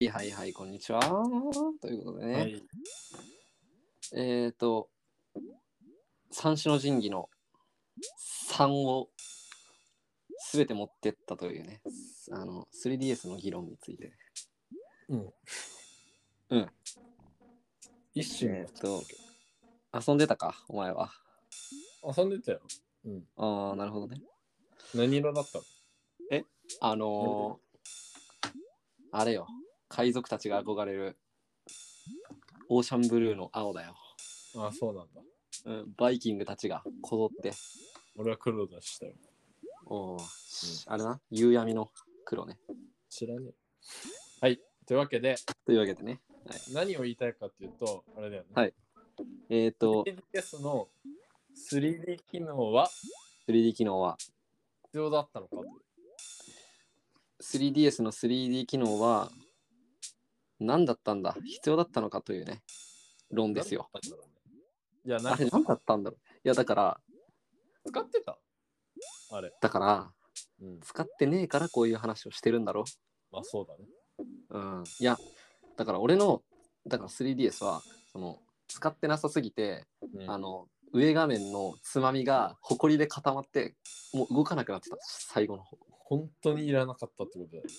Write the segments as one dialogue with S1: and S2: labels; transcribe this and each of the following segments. S1: いはいはい、こんにちは。ということでね、
S2: はい。
S1: えっ、ー、と、三種の神器の3をすべて持ってったというね、あの 3DS の議論について。
S2: うん。
S1: うん。
S2: 一
S1: え
S2: 種
S1: っ、と、遊んでたか、お前は。
S2: 遊んでたよ。うん。
S1: ああ、なるほどね。
S2: 何色だったの
S1: あのー、あれよ、海賊たちが憧れるオーシャンブルーの青だよ。
S2: あ、そうなんだ。
S1: うん、バイキングたちがこぞって、
S2: 俺は黒だしたよ。
S1: おーあれな、夕闇の黒ね。
S2: 知らねえ。はい。というわけで、
S1: というわけでね、
S2: 何を言いたいかっていうと、あれだよね。
S1: はいえっ、ー、と、
S2: 3DS の 3D 機能は
S1: 3D 機能は、
S2: 必要だったのかと。
S1: 3DS の 3D 機能は、何だったんだ必要だったのかというね、論ですよ。
S2: 何だったんだろうね。いや、なん
S1: あ
S2: か
S1: れ何だったんだろういや、だから、
S2: 使ってたあれ。
S1: だから、
S2: うん。
S1: 使ってねえからこういう話をしてるんだろ
S2: まあそうだね。
S1: うん、いやだから俺のだから 3DS はその使ってなさすぎて、
S2: うん
S1: あの上画面のつまみがホコリで固まってもう動かなくなってた最後の方
S2: 本当にいらなかったってことだよね。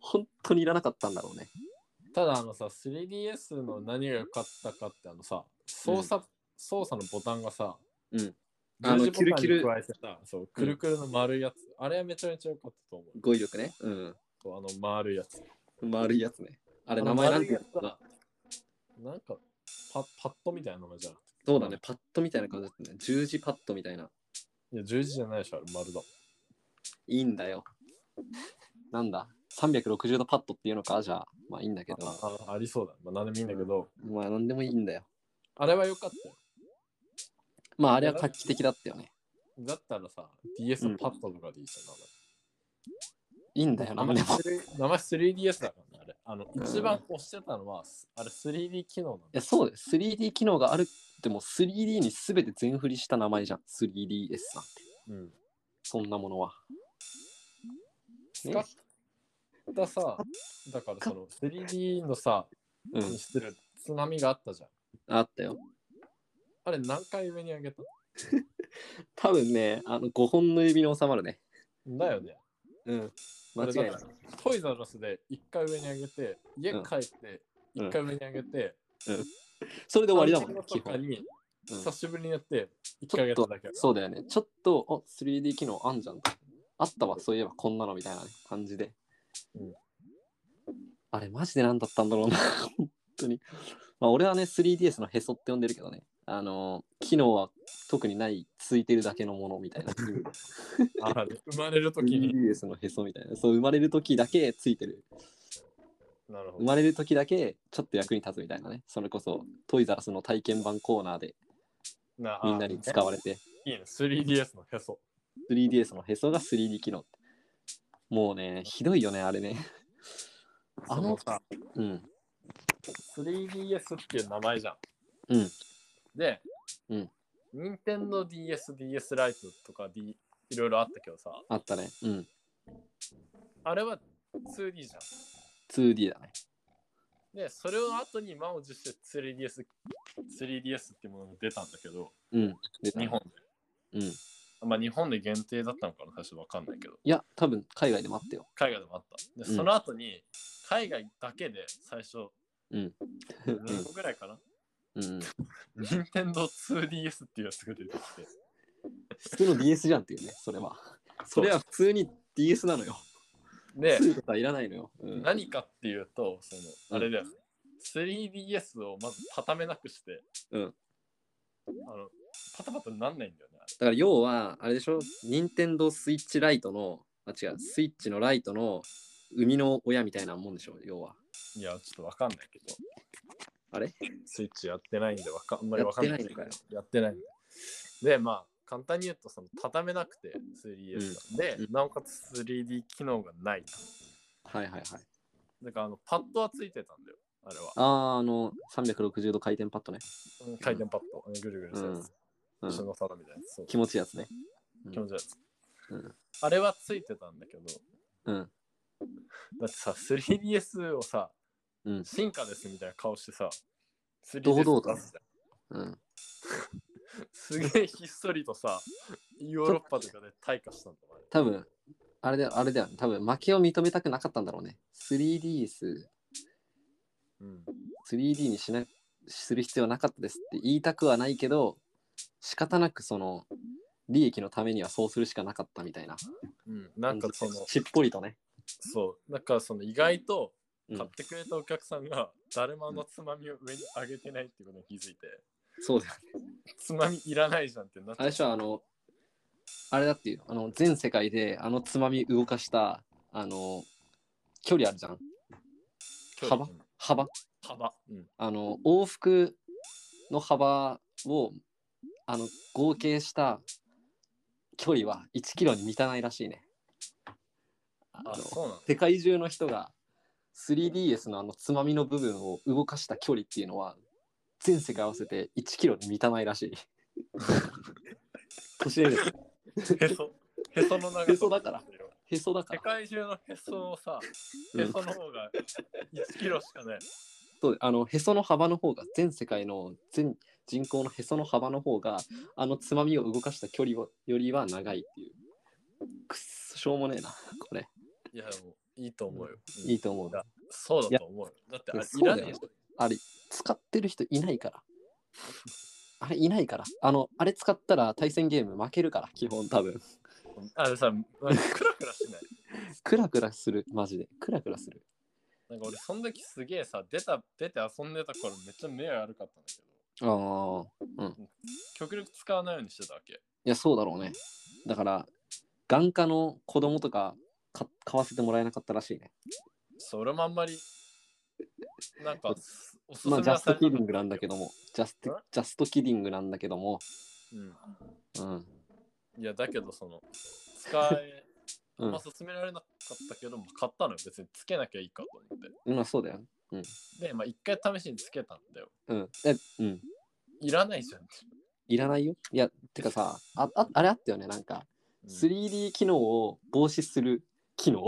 S1: 本当にいらなかったんだろうね
S2: ただあのさ 3DS の何が良かったかってあのさ操作、操作のボタンがさ
S1: うんあの
S2: 十字ボタン
S1: キルキル
S2: に加えてさそうくるくるの丸いやつ、あれはめちゃめちゃ良かったと思う
S1: 語彙力ねうん
S2: そうあの丸いやつ
S1: 丸いやつねあ
S2: あ
S1: れ名前なんて言
S2: や
S1: う
S2: つ
S1: のかな
S2: なんかパパッドみたいな名前じゃなくて
S1: そうだねパッドみたいな感じだったね十字パッドみたいない
S2: や十字じゃないでしょあれ丸だ
S1: いいんだよなんだ360度パッドっていうのかじゃあまあいいんだけど
S2: ああありそうだ、まあ、何でもいいんだけど、
S1: まあ何でもいいんだよ
S2: あれは良かったよ
S1: まああれは画期的だったよね
S2: だったらさ DS のパッドとかでいいじゃ
S1: いいんだよ
S2: ん、
S1: な
S2: 名
S1: で
S2: 前
S1: も
S2: 名前 3DS だからねあれあの一番押してたのはあれ 3D 機能なの
S1: いやそうです。3D 機能があるっても 3D に全て全振りした名前じゃん。3DS さんって。
S2: うん
S1: そんなものは。
S2: 使ったさ、だからその 3D のさ、
S1: う
S2: に
S1: ん。
S2: する津波があったじゃん。
S1: あったよ。
S2: あれ何回上に上げた
S1: 多分ね、あの5本の指に収まるね。
S2: んだよね。
S1: うん。間違いない。
S2: トイザラスで1回上に上げて、家帰って
S1: うん
S2: 1回上に上げて、
S1: それで終わりだもん
S2: ね
S1: ね、。基
S2: とか
S1: 本。
S2: に
S1: うん
S2: 久しぶりにやって1
S1: ち
S2: 回上
S1: ょっ
S2: げた
S1: と
S2: だけだ、から
S1: そうだよね。ちょっと、あ 3D 機能あんじゃん。あったわ、そういえばこんなのみたいなね感じで。
S2: うん
S1: あれ、マジで何だったんだろうな、本当に。 まあ、俺はね、3DS のへそって呼んでるけどね。あのー機能は特にない、ついてるだけのものみたいな。
S2: あれ生まれるときに。
S1: 3DS のへそみたいな。そう、生まれる時だけついてる。
S2: なるほ
S1: 生
S2: ど。
S1: まれる時だけちょっと役に立つみたいなね。それこそ、トイザラスの体験版コーナーで
S2: な
S1: みんなに使わ
S2: れ
S1: れて。
S2: いいね。3DS のへそ。
S1: 3DS のへそが 3D 機能ってもうね、ひどいよね、あれね。あの
S2: そさ、
S1: うん。
S2: 3DS っていう名前じゃん。
S1: うん。
S2: で、
S1: うん、
S2: 任天堂 DS、DS ライトとか、D、いろいろあったけどさ、
S1: あったね。うん。
S2: あれは 2D じゃん。
S1: 2D だね。
S2: で、それを後に満を持して 3DS、3DS っていうものが出たんだけど、
S1: うん。で
S2: 日本
S1: うん。い
S2: で。まあ日本で限定だったのかな、最初わかんないけど、
S1: や、多分海外でもあったよ。
S2: 海外でもあった。
S1: う
S2: で、
S1: ん
S2: その後に、海外だけで最初、
S1: うん。
S2: 何個ぐらいかな、
S1: うん。
S2: 任天堂 2DS っていうやつが出てきて。
S1: 普通の DS じゃんっていうね、それは。それは普通に DS なのよ。
S2: で、
S1: 2とかいらないのよ。うん。
S2: 何かっていうと、その、
S1: う
S2: あ
S1: ん
S2: れだよね。3DS をまず畳めなくして、
S1: うん
S2: あの、パタパタなんないんだよね、あれ
S1: だから要は、あれでしょ、任天堂スイッチライトの、あ、違う、スイッチのライトの生みの親みたいなもんでしょ、要は。
S2: いや、ちょっとわかんないけど。
S1: あれ
S2: スイッチやってないんでわか、あんまりわかんない
S1: やってないのか
S2: やってないんで。で、まあ、簡単に言うと、その、畳めなくて、3DS が。で、
S1: う
S2: なおかつ 3D 機能がないと。
S1: はいはいはい。
S2: だから、あの、パッドはついてたんだよ。あれは。
S1: あー、あの、360度回転パッドね。
S2: うん回転パッド、ぐるぐるしたやつ。
S1: うん
S2: 石の皿みたいなやつ。そう
S1: 気持ちいいやつね。うん
S2: 気持ちいいやつ
S1: うん。
S2: あれはついてたんだけど、
S1: うん。
S2: だってさ、3DS をさ、
S1: うん。
S2: 進化ですみたいな顔してさ、
S1: 堂
S2: 3DS
S1: 々と
S2: 出すじゃん
S1: うん。
S2: すげえひっそりとさ、ヨーロッパとかで退化したんだもんあれ
S1: 多分あれだよ、あれだよね。多分負けを認めたくなかったんだろうね。3DS、
S2: うん。
S1: 3D にしな、する必要はなかったですって言いたくはないけど、仕方なくその、利益のためにはそうするしかなかったみたいな。
S2: うん、なんかその、
S1: しっぽりとね。
S2: そう、なんかその意外と
S1: うん
S2: 買ってくれたお客さんが誰もあのつまみを上に上げてないってことに気づいて、
S1: そうだよ。
S2: つまみいらないじゃんってなっ
S1: あれ
S2: て
S1: でしょ、あの、あれだっていう、あの、全世界であのつまみ動かした、あの、距離あるじゃん。幅幅。
S2: 幅。うん。
S1: あの往復の幅をあの合計した距離は1キロに満たないらしいね。あの
S2: あ、そうなの
S1: 世界中の人が 3DS のあのつまみの部分を動かした距離っていうのは全世界合わせて1キロに満たない らしい。都市伝説
S2: へそ。へその長さ。
S1: へそだからへそだか
S2: 世
S1: ら。
S2: 界中のへそをさ、へその方が1キロしかない。
S1: そうあのへその幅の方が全世界の全人口のへその幅の方があのつまみを動かした距離をよりは長いっていうくっそしょうもねえなこれ
S2: いや、もういいと思うよ。
S1: いいと思う
S2: やそうだと思うよ。だってあ
S1: い
S2: れ
S1: や
S2: いらねえ
S1: そ
S2: じ
S1: あれ使ってる人いないからあれいないからあのあれ使ったら対戦ゲーム負けるから基本多分
S2: ゃん。あれさ、なんかクラクラしない。
S1: クラクラするマジでクラクラする
S2: なんか俺、その時すげえさ、出た、出て遊んでた頃めっちゃ目悪かったんだけど、
S1: ああ
S2: 極力使わないようにしてたわけ。
S1: いやそうだろうねだから眼科の子供とかか買わせてもらえなかったらしいね
S2: それもあんまり、なんか、おすすめ
S1: まあ、ジャ
S2: は
S1: ス
S2: さ
S1: ト
S2: れ
S1: キ
S2: なかっ
S1: リングな
S2: た
S1: んだけども、ジャスト
S2: ん
S1: ジャストキリングなんだけども、
S2: うん
S1: うん。
S2: いや、だけど、その、使え、あ
S1: うん
S2: んま勧められなかったけども、買ったのよ。別につけなきゃいいかと思っ
S1: まあ、そうだよ。
S2: て。で、まあ、一回試しにつけたんだよ。
S1: うん。え、うん。
S2: いらないじゃんって。
S1: いらないよ。いや、てかさ、あああれあったよね、なんか、
S2: うん
S1: 3D 機能を防止する機 能。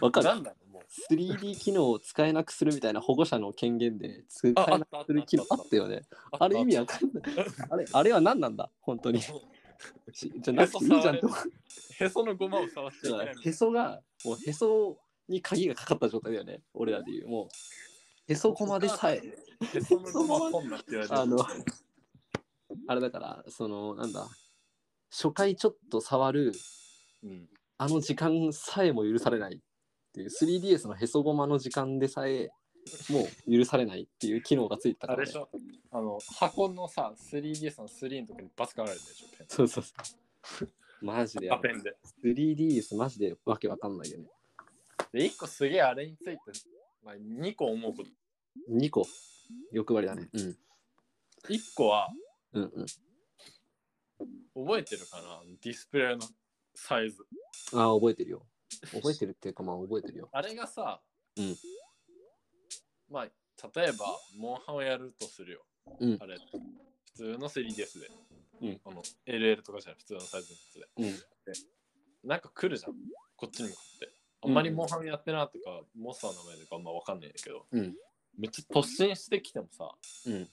S1: わか
S2: な
S1: る
S2: んなのもう。
S1: ?3D 機能を使えなくするみたいな保護者の権限で使えな
S2: ああっ
S1: く
S2: たあった
S1: する機能あったよね。あれ意味わかんない。あれ、あれは何なんだ本当に。しじゃなくていいじゃんと。
S2: へそのゴマを触っちゃいけないみたい
S1: へそがもうへそに鍵がかかった状態だよね俺らでいうもうへそこまでさえ
S2: な。へそのゴマポンなって言われてる
S1: あの あれだからそのなんだ初回ちょっと触る
S2: うん
S1: あの時間さえも許されないっていう 3DS のへそごまの時間でさえもう許されないっていう機能がついてた
S2: あ
S1: から、
S2: れで
S1: ね
S2: し、ょあの、箱のさ、3DS の3のとこにバスかられてるでしょ、ペン。
S1: そうそうそうマジで
S2: あ、ペンで。
S1: 3DS マジでわけわかんないよね
S2: で、1個すげえあれについて、まあ、2個思うこと。
S1: 2個欲張りだねうん
S2: 1個は、
S1: うんうん
S2: 覚えてるかなディスプレイのサイズ。
S1: ああ覚えてるよ覚えてるっていうかまあ覚えてるよ
S2: あれがさ、
S1: うん
S2: まあ、例えば、モンハンをやるとするよ。
S1: うん
S2: あれ、普通の 3DS で。
S1: うん
S2: あの LL とかじゃない、普通のサイズのやつで。
S1: うん
S2: なんか来るじゃん、こっちに向かって。あんまりモンハンやってなとか、モンスターの名前とかあんまわかんないんだけど、
S1: うん
S2: めっちゃ突進してきてもさ、
S1: うん
S2: なん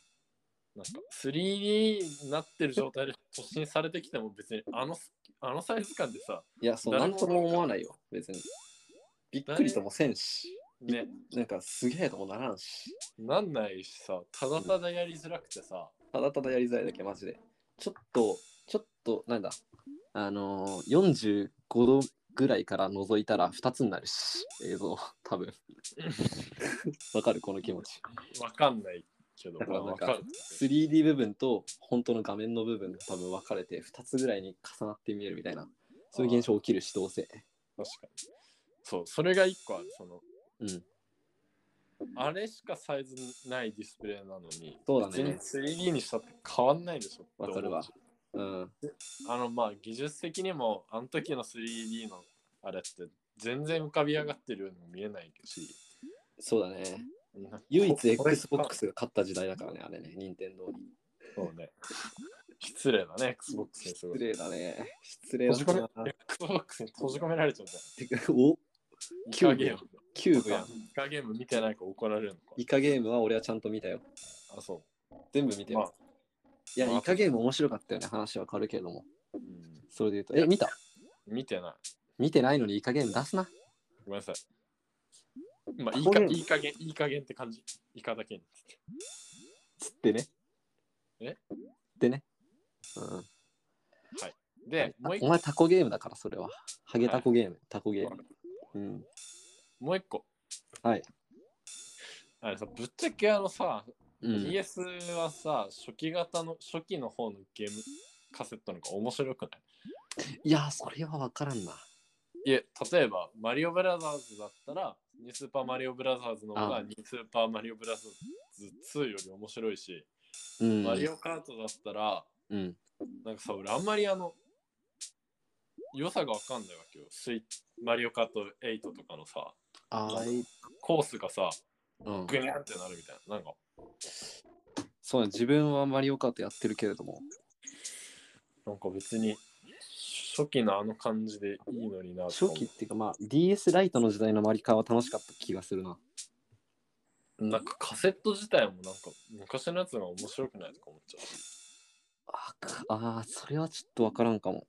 S2: か 3D になってる状態で 突進されてきても別にあのあのサイズ感でさ、
S1: いやそうな
S2: 誰
S1: ん
S2: も
S1: とも思わないよ別にびっくりともせんし
S2: ね、
S1: なんかすげえともならんし
S2: なんないしさ、ただただやりづらくてさ、
S1: ただただやりづらいだけマジでちょっとちょっとなんだあのー、45度ぐらいから覗いたら2つになるし映像多分わかるこの気持ち
S2: わかんないけど、
S1: だからなん
S2: わ
S1: か
S2: かる。
S1: 3D 部分と本当の画面の部分が多分分かれて2つぐらいに重なって見えるみたいなそういう現象起きるしどうせ
S2: 確かに。そう、それが一個ある。その、
S1: うん
S2: あれしかサイズないディスプレイなのに、
S1: そうだね
S2: 別に 3D にしたって変わんないでしょって思う
S1: わかるわうん
S2: あの、まあ、技術的にも、あの時の 3D のあれって、全然浮かび上がってるようにも見えないし、
S1: そうだね。
S2: うん
S1: 唯一
S2: ここれ
S1: XBOX が勝った時代だからね、あれね、任天堂に。
S2: そうね。失礼だね、Xbox にすご
S1: 失
S2: い。
S1: 礼だね。失礼
S2: 閉じ込
S1: だな
S2: め、。Xbox に閉じ込められちゃうじゃん。
S1: てかお
S2: イ
S1: キュ
S2: カ
S1: ーブ
S2: ゲ
S1: や
S2: ー
S1: ん
S2: ム。
S1: キューブやん。
S2: イカゲーム見てないから怒られるのか。
S1: イカゲームは俺はちゃんと見たよ。
S2: あ、そ
S1: 全部見
S2: う。
S1: てよ
S2: まあ、
S1: いや、
S2: まあ
S1: イカゲーム面白かったよね。話は変わるけれども。
S2: うん
S1: それで言うと、え、見た
S2: 見てない。
S1: 見てないのにイカゲーム出すな。
S2: ごめんなさい。まあ、いい
S1: こ
S2: か
S1: れ
S2: いい加減、いい加減って感じ。イカだけに。
S1: つってね。
S2: え
S1: でね。うん。
S2: で、もう一
S1: お
S2: 個、
S1: 前タコゲームだから、それは。ハゲタコゲーム、タコゲーム。うん。
S2: もう一個。
S1: はい。
S2: あれさ、ぶっちゃけあのさ、
S1: うん、
S2: DS はさ、初期型の、初期の方のゲームカセットの方が面白くない
S1: いや、それは分からんな。
S2: いえ、例えば、マリオブラザーズだったら、ニュースーパーマリオブラザーズの方
S1: あ
S2: が、ニュースーパーマリオブラザーズ2より面白いし、
S1: うん。
S2: マリオカートだったら、
S1: うん。
S2: なんかさ、俺あんまりあの、良さがわかんないわけよ。スイッマリオカート8とかのさ、
S1: ああい、
S2: コースがさ、
S1: うん。
S2: グニャンってなるみたいな。なんか、
S1: そうね、自分はマリオカートやってるけれども、
S2: なんか別に、初期のあの感じでいいのになと
S1: 初
S2: 思う
S1: 期っていうか、まあ、DS ライトの時代のマリカーは楽しかった気がするな。
S2: なんかカセット自体もなんか昔のやつが面白くないとか思っちゃうし。
S1: あかあー、それはちょっと分からんかも。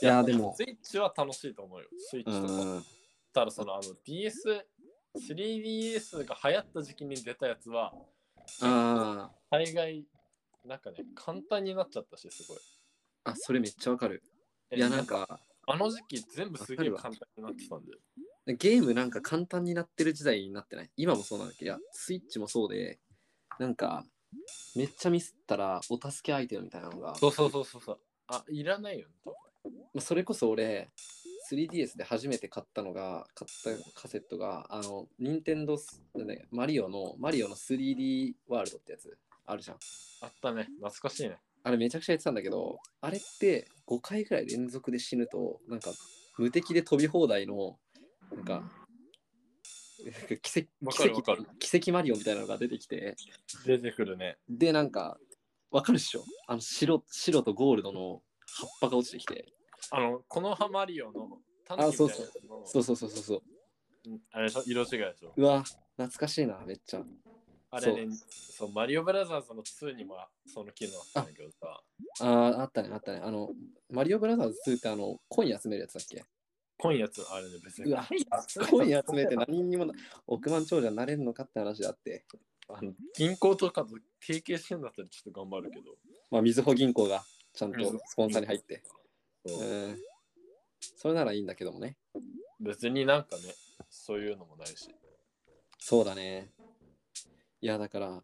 S1: いや、でも
S2: ス、イッチは楽しいと思うよ。スイッチ
S1: う
S2: とか。
S1: ん。
S2: ただそのあの DS、3DS が流行った時期に出たやつは、
S1: あー
S2: 大概、なんかね、簡単になっちゃったし、すごい。
S1: あ、それめっちゃ分かる。
S2: え
S1: いや、なん、か、
S2: あの時期全部すげえ
S1: わか
S2: 簡単になってたんで。
S1: ゲームなんか簡単になってる時代になってない今もそうなんだけど、いや、スイッチもそうで、なんか、めっちゃミスったらお助けアイテムみたいなのが、ま
S2: うそうそうそうそう。あ、いらないよね、多分
S1: あそれこそ俺、3DS で初めて買ったのが、買ったカセットが、あの、任天堂すね、マリオの、マリオの 3D ワールドってやつ、あるじゃん。
S2: あったね、懐かしいね。
S1: あれめちゃくちゃやってたんだけど、あれって5回ぐらい連続で死ぬと、なんか、無敵で飛び放題の、なんか、なんか奇跡
S2: わか
S1: 奇
S2: る
S1: 跡
S2: わかる。
S1: 奇跡マリオみたいなのが出てきて
S2: 出てくるね。
S1: でなんかわかるっしょあの白白とゴールドの葉っぱが落ちてきて
S2: あの、このハマリオの、タ
S1: あそうそう
S2: みたいなやつの
S1: そうそうそうそうそう
S2: うんあれでしょ色違いでしょ
S1: うわ懐かしいなめっちゃ
S2: あれね、そうマリオブラザーズの2にもその機能あったんだけどさ、
S1: あーあったねあったねあのマリオブラザーズ2ってあのコイン集めるやつだっけ
S2: 今夜つあれね、別に。
S1: うわコイン集めて何にもな億万長者になれるのかって話だって
S2: あの銀行とかと提携してんだったらちょっと頑張るけど。
S1: まあみずほ銀行がちゃんと
S2: みずほ
S1: スポンサーに入って
S2: そう
S1: うんそれならいいんだけどもね
S2: 別になんかね、そういうのもないし。
S1: そうだね。いや、だから、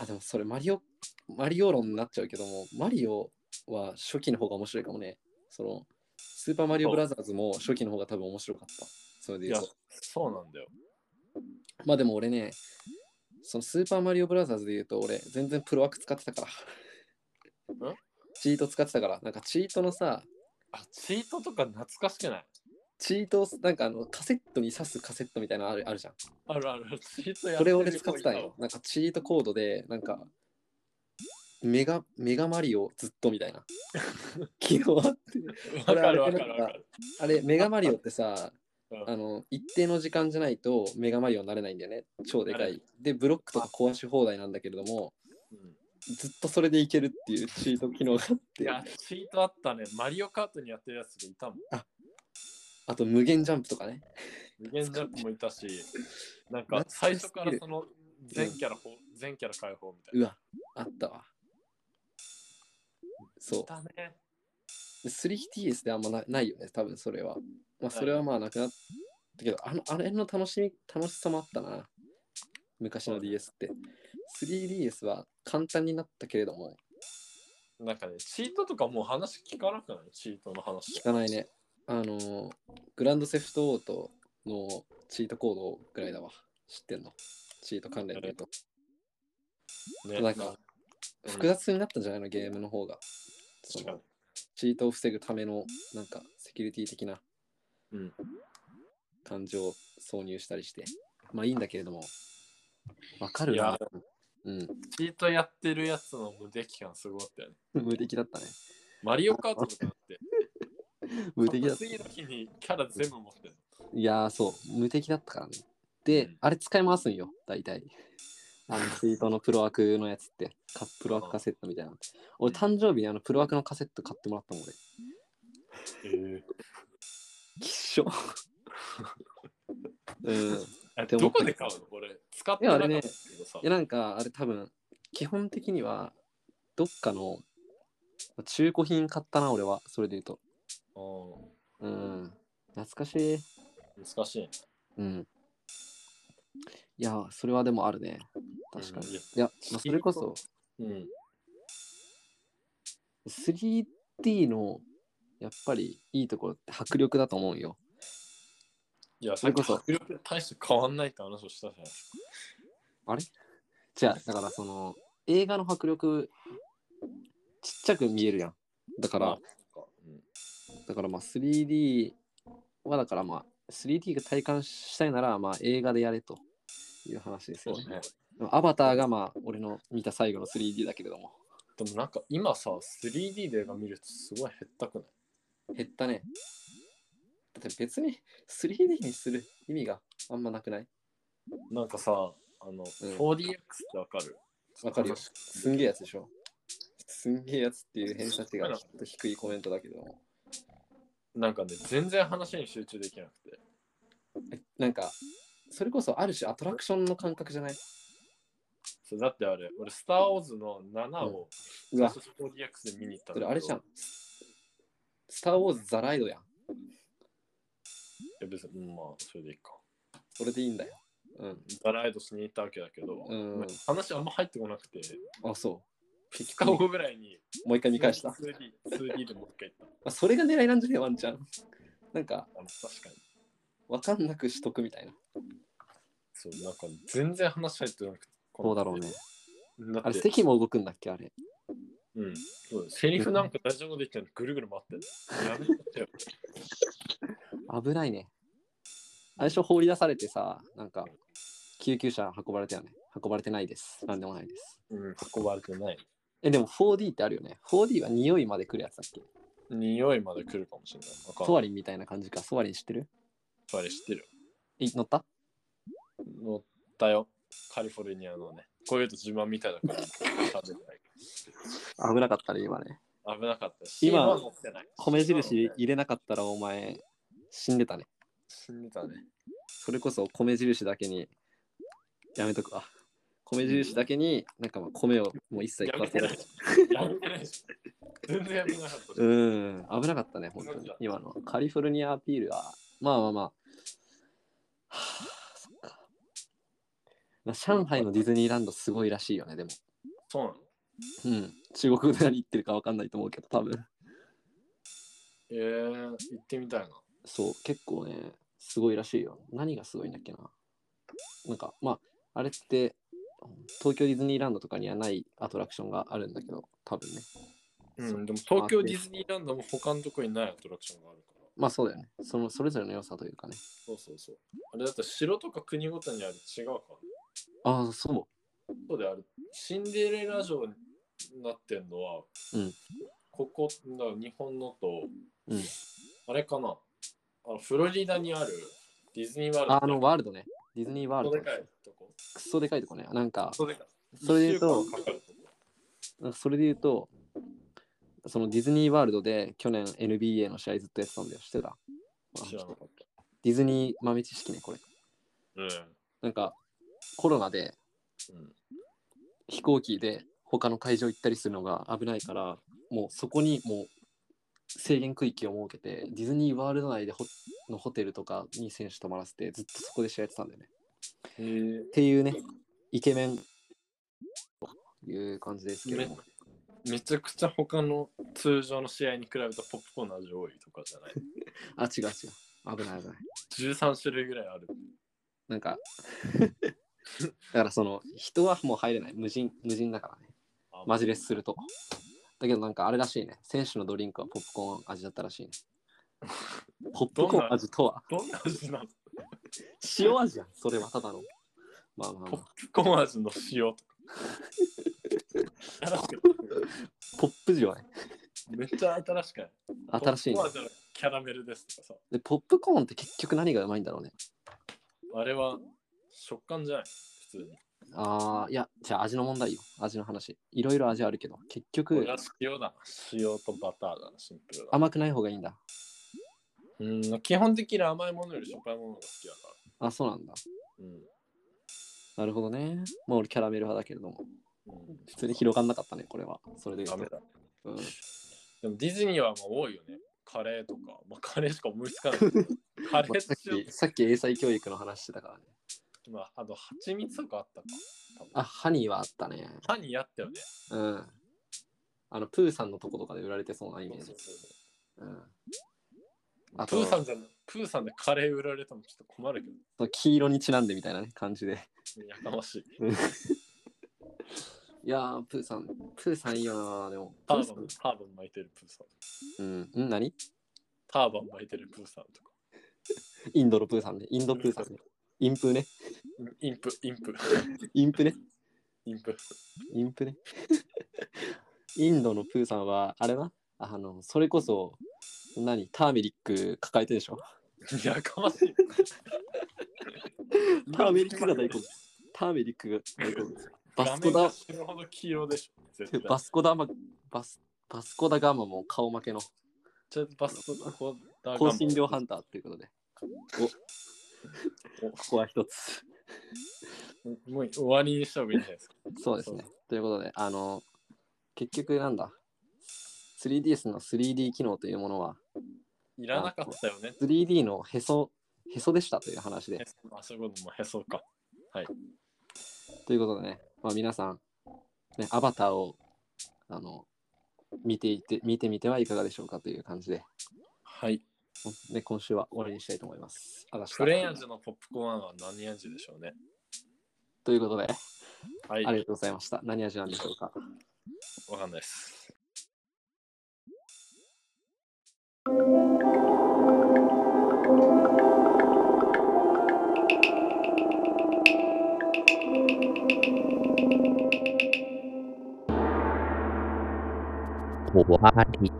S1: あ、でもそれマリオ、マリオ論になっちゃうけども、マリオは初期の方が面白いかもね。その、スーパーマリオブラザーズも初期の方が多分面白かった。それで
S2: い
S1: 言
S2: や
S1: うと。、
S2: そうなんだよ。
S1: まあでも俺ね、そのスーパーマリオブラザーズで言うと、俺、全然プロアク使ってたから
S2: ん。
S1: チート使ってたから、なんかチートのさ、
S2: あ、チートとか懐かしくない
S1: チートをなんかあのカセットに挿すカセットみたいなのあるあるじゃん。
S2: あるある、チートや
S1: そ
S2: って
S1: れ
S2: る
S1: 俺使ってたん
S2: 人い
S1: よ。なんかチートコードで、なんか、メガ、メガマリオずっと みたいな。昨日あって。
S2: たわ。わかるわかるわ
S1: 俺あれ
S2: かる。
S1: あれ、メガマリオってさ、
S2: うん
S1: あの、一定の時間じゃないとメガマリオになれないんだよね。超でか。
S2: ない
S1: で、ブロックとか壊し放題なんだけれども、
S2: うん
S1: ずっとそれでいけるっていうチート機能があっ
S2: い
S1: て、
S2: や、チートあったね。マリオカートにやってるやつがいたもん。
S1: あと無限ジャンプとかね。
S2: 無限ジャンプもいたし、なんか最初からその全キャラほ、全キャラ解放みたいうな。
S1: わ、あったわ。そう。
S2: だね。
S1: で 3DS であんまなないよね、多分それは。まあ、それはまあなくなったけど、あのあれの楽しみ、楽しさもあったな。昔の DS って。3DS は簡単になったけれども、
S2: なんかね、チートとかもう話聞かなくないチートの話
S1: 聞。かないね。あのーグランドセフトオートのチートコードぐらいだわ。知ってんの。チート関連で言うと。
S2: ね、
S1: なんか、
S2: うん
S1: 複雑になったんじゃないの、ゲームの方が。そ
S2: 確か
S1: のチートを防ぐための、なんか、セキュリティ的な
S2: に。うん。
S1: 感情を挿入したりして。まあいいんだけれども、わかるな。うん、
S2: チートやってるやつの無敵感すごかったよね。
S1: 無敵だったね。
S2: マリオカートとかだって、
S1: 無敵だった。
S2: 次の日にキャラ全部持ってる。
S1: いやー、そう、無敵だったからね。で、
S2: うん
S1: あれ使い回すんよ、大体。 あの、ツイートのプロアクのやつって、カプロアクカセットみたいな。俺、誕生日にあのプロアクのカセット買ってもらったもん、俺。
S2: え
S1: きっしょ。 うん。い
S2: えどこで買うのこれ使ってなかったんだけどさ。
S1: や、なんか、あれ多分、基本的には、どっかの、中古品買ったな、俺は、それで言うと。
S2: う
S1: うん。懐かしい。
S2: ん難しいね。
S1: うん。いやー、それはでもあるね。確か
S2: う
S1: に。
S2: んい
S1: い
S2: や
S1: や、まあ、それこそ、
S2: うん。
S1: 3D のやっぱりいいところって迫力だと思うよ。
S2: いや、
S1: そ
S2: そ
S1: れ
S2: れ
S1: こ
S2: こ
S1: そ
S2: そ迫力大して変わんないって話をしたじゃないですか。
S1: じゃあだからその映画の迫力ちっちゃく見えるやん。だか、
S2: からうん、
S1: だからまあ 3D はだからまあ 3D が体感したいならまあ映画でやれという話です
S2: そ
S1: よ
S2: う
S1: ね
S2: ね。。
S1: でもアバターがまあ俺の見た最後の 3D だけれども。
S2: でもなんか今さ、3D で映画見るとすごい減ったくない
S1: 減ったね。だって別に 3D にする意味があんまなくない
S2: なんかさ、あの、4DX ってわかる
S1: わかるよ。
S2: 話
S1: すんげえやつでしょ。すんげえやつっていう偏差値がちょっと低いコメントだけども。
S2: なんかね、全然話に集中できなくて。
S1: えなんか、それこそある種アトラクションの感覚じゃない
S2: そうだってあれ、俺、スター・ウォーズの7を
S1: う
S2: 最
S1: わ、
S2: 初 4DX で見に行ったんだけ
S1: それ
S2: ど
S1: あれじゃん。スター・ウォーズ・ザ・ライドやん。
S2: いや別に、うんまあ、それでいいか。
S1: それでいいんだよ。うん。
S2: ザ・ライドしに行ったわけだけど、
S1: うん
S2: 話あんま入ってこなくて、
S1: あ、そ
S2: 2日後ぐらいに
S1: う。もう一回見返した。
S2: 2D, 2D でもう一回行っ
S1: あそれが狙いなんじゃねえワンちゃん。なんか、
S2: た。あの確かに。
S1: わかんなくしとくみたいな。
S2: そう、なんか全然話入ってなくて。
S1: そうだろうね。
S2: だ
S1: あ
S2: っ
S1: れ、
S2: て、
S1: 席も動くんだっけあれ。
S2: うん、そうですセリフなんか大丈夫で言ってんのぐるぐる回ってんの。やめてよ。
S1: 危ないね。最初放り出されてさ、なんか、救急車運ばれたよね。運ばれてないです。なんでもないです。
S2: うん、運ばれてない。
S1: え、でも 4D ってあるよね。4D は匂いまで来るやつだっけ
S2: 匂いまで来るかもしれない。わかんな
S1: ソ
S2: い。
S1: ワリンみたいな感じか。ソワリン知ってる
S2: あれ知ってるよ。
S1: え、乗った
S2: 乗ったよ。カリフォルニアのね。こういうと自慢みたいだから喋んない。
S1: 危なかったね、今ね。
S2: 危なかったし。
S1: 今
S2: は乗ってない。
S1: 米印
S2: 今乗ってない
S1: 入れなかったらお前、死んでたね。
S2: 死んでたね。
S1: それこそ米印だけに、やめとくわ。米印だけに、なんかまあ米をもう一切
S2: や
S1: 食わ
S2: め
S1: せ
S2: て
S1: な
S2: ないい。。やめてないし。全然やめてなかったし。
S1: うん、危なかったね、本当に。今のカリフォルニアアピールは、まあまあまあ。はあそっかまあ上海のディズニーランドすごいらしいよね、でも。
S2: そうなの
S1: うん、中国語で何言ってるか分かんないと思うけど、多分。
S2: えー、行ってみたいな。
S1: そう、結構ね、すごいらしいよ。何がすごいんだっけな。なんか、まあ、あれって、東京ディズニーランドとかにはないアトラクションがあるんだけど、多分ね。
S2: うん、でも東京ディズニーランドも他のとこにないアトラクションがあるから。
S1: まあそうだよね。そのそれぞれの良さというかね。
S2: そうそうそう。あれだったら城とか国ごとにある違うか。
S1: ああ、そ
S2: そうである。シンデレラ城になってんのは、
S1: うん
S2: ここ、だから日本のと、
S1: う。うん。
S2: あれかな。あのフロリダにあるディズニーワールド。
S1: ああの、ワールドね。ディズニーワール
S2: クソ
S1: ド
S2: で。かいとこ。
S1: クソでかいとこね。なんか
S2: ク、ソでかい。
S1: それで言うと
S2: 一週間かかるとこ
S1: なんかそれで言うと、そのディズニーワールドで去年 NBA の試合ずっとやってたんだよ。知ってた
S2: 知らなかっ
S1: ディズニー豆知識ね、これ。
S2: た。
S1: なんか、コロナで
S2: うん。うん、
S1: 飛行機で他の会場行ったりするのが危ないからもうそこにもう制限区域を設けてディズニーワールド内でホのホテルとかに選手泊まらせてずっとそこで試合やってたんだよね。
S2: えー
S1: っていうねイケメンという感じですけども
S2: めちゃくちゃ他の通常の試合に比べたポップコーンの味多いとかじゃない。
S1: あ違う違う危ない危ない
S2: 13種類ぐらいある。
S1: なんか だからその人はもう入れない無人無人だからね
S2: あ
S1: マジレスするとだけどなんかあれらしいね選手のドリンクはポップコーン味だったらしいねポップコーン味とは
S2: どんな味なの
S1: 塩味やん、それはただの。まあまあ、
S2: ポ
S1: ま
S2: ッ
S1: あ、
S2: プコーン味の塩とか。
S1: ポップじゃない。
S2: めっちゃ新しくない
S1: 新しいね
S2: ポップコーン味のキャラメルですとかさ。
S1: で。ポップコーンって結局何がうまいんだろうね。
S2: あれは食感じゃない普通に。
S1: ああ、いや、じゃあ味の問題よ。味の話。いろいろ味あるけど、結
S2: これ
S1: 局
S2: は塩だな。塩とバターだな、シンプルだな。
S1: 甘くない方がいいんだ。
S2: うん、基本的に甘いものよりしょっぱいものが好きだか
S1: あ、そうなんだ。
S2: ら。うん。
S1: なるほどね。まあ俺キャラメル派だけれども、
S2: うん、
S1: 普通に広がんなかったね、これは。それで言
S2: ダメ
S1: うと。
S2: だ。
S1: うん、
S2: でもディズニーはまあ多いよね。カレーとか。まあ、カレーしか思いつかないけど。カレ
S1: まあさっ
S2: ー
S1: き、さっき英才教育の話してたからね。
S2: と、まあ、あと蜂蜜とかあったか。多分
S1: あ、ハニーはあったね。
S2: 歯にやったよね。
S1: うん。あの、プーさんのとことかで売られてそうなイメージ。うん。あ
S2: プ
S1: と
S2: ーさんじゃん、プーさんでカレー売られてもちょっと困るけ
S1: その黄色にちなんでみたいなね、感じで。
S2: ど、やかましい。
S1: いやー、プーさん、プーさんいいよな、でも。
S2: ターバン、ターバン巻いてるプーさん。
S1: うん、うん、何
S2: ターバン巻いてるプーさんとか。
S1: インドのプーさんね。インドプーさんね。インプーね。
S2: インプ、インプ、
S1: インプね。
S2: インプ。
S1: インプね。インドのプーさんは、あれな、あの、それこそ、何、ターメリック抱えてるでしょ。
S2: やかましい。
S1: ターメリックが大好物。ターメリックが大好物。バス
S2: 画面
S1: コ
S2: が
S1: ダ、
S2: 死ぬほど黄色でしょ。絶対
S1: バスコダマ、バス、バスコダガーマも顔負けの
S2: ちょっとバスコこう
S1: 香辛料ハンターっていうことで。お、
S2: お
S1: ここは一つ。
S2: もう終わりにした方がいいんじゃないですか。
S1: そうですね。ということで、あの、結局なんだ。3DS の 3D 機能というものは、
S2: いらなかったよね。
S1: 3D のへそ、へそでしたという話で。
S2: あそこのもへそか。
S1: ということでね、まあ、皆さん、ね、アバターをあの見ていて、見てみてはいかがでしょうかという感じで、
S2: はい。
S1: ね、今週は終わりにしたいと思います。あがした
S2: プレーン味のポップコーンは何味でしょうね。
S1: ということで、
S2: はい。
S1: ありがとうございました。何味なんでしょうか。
S2: わかんないです。
S3: 我阿迪。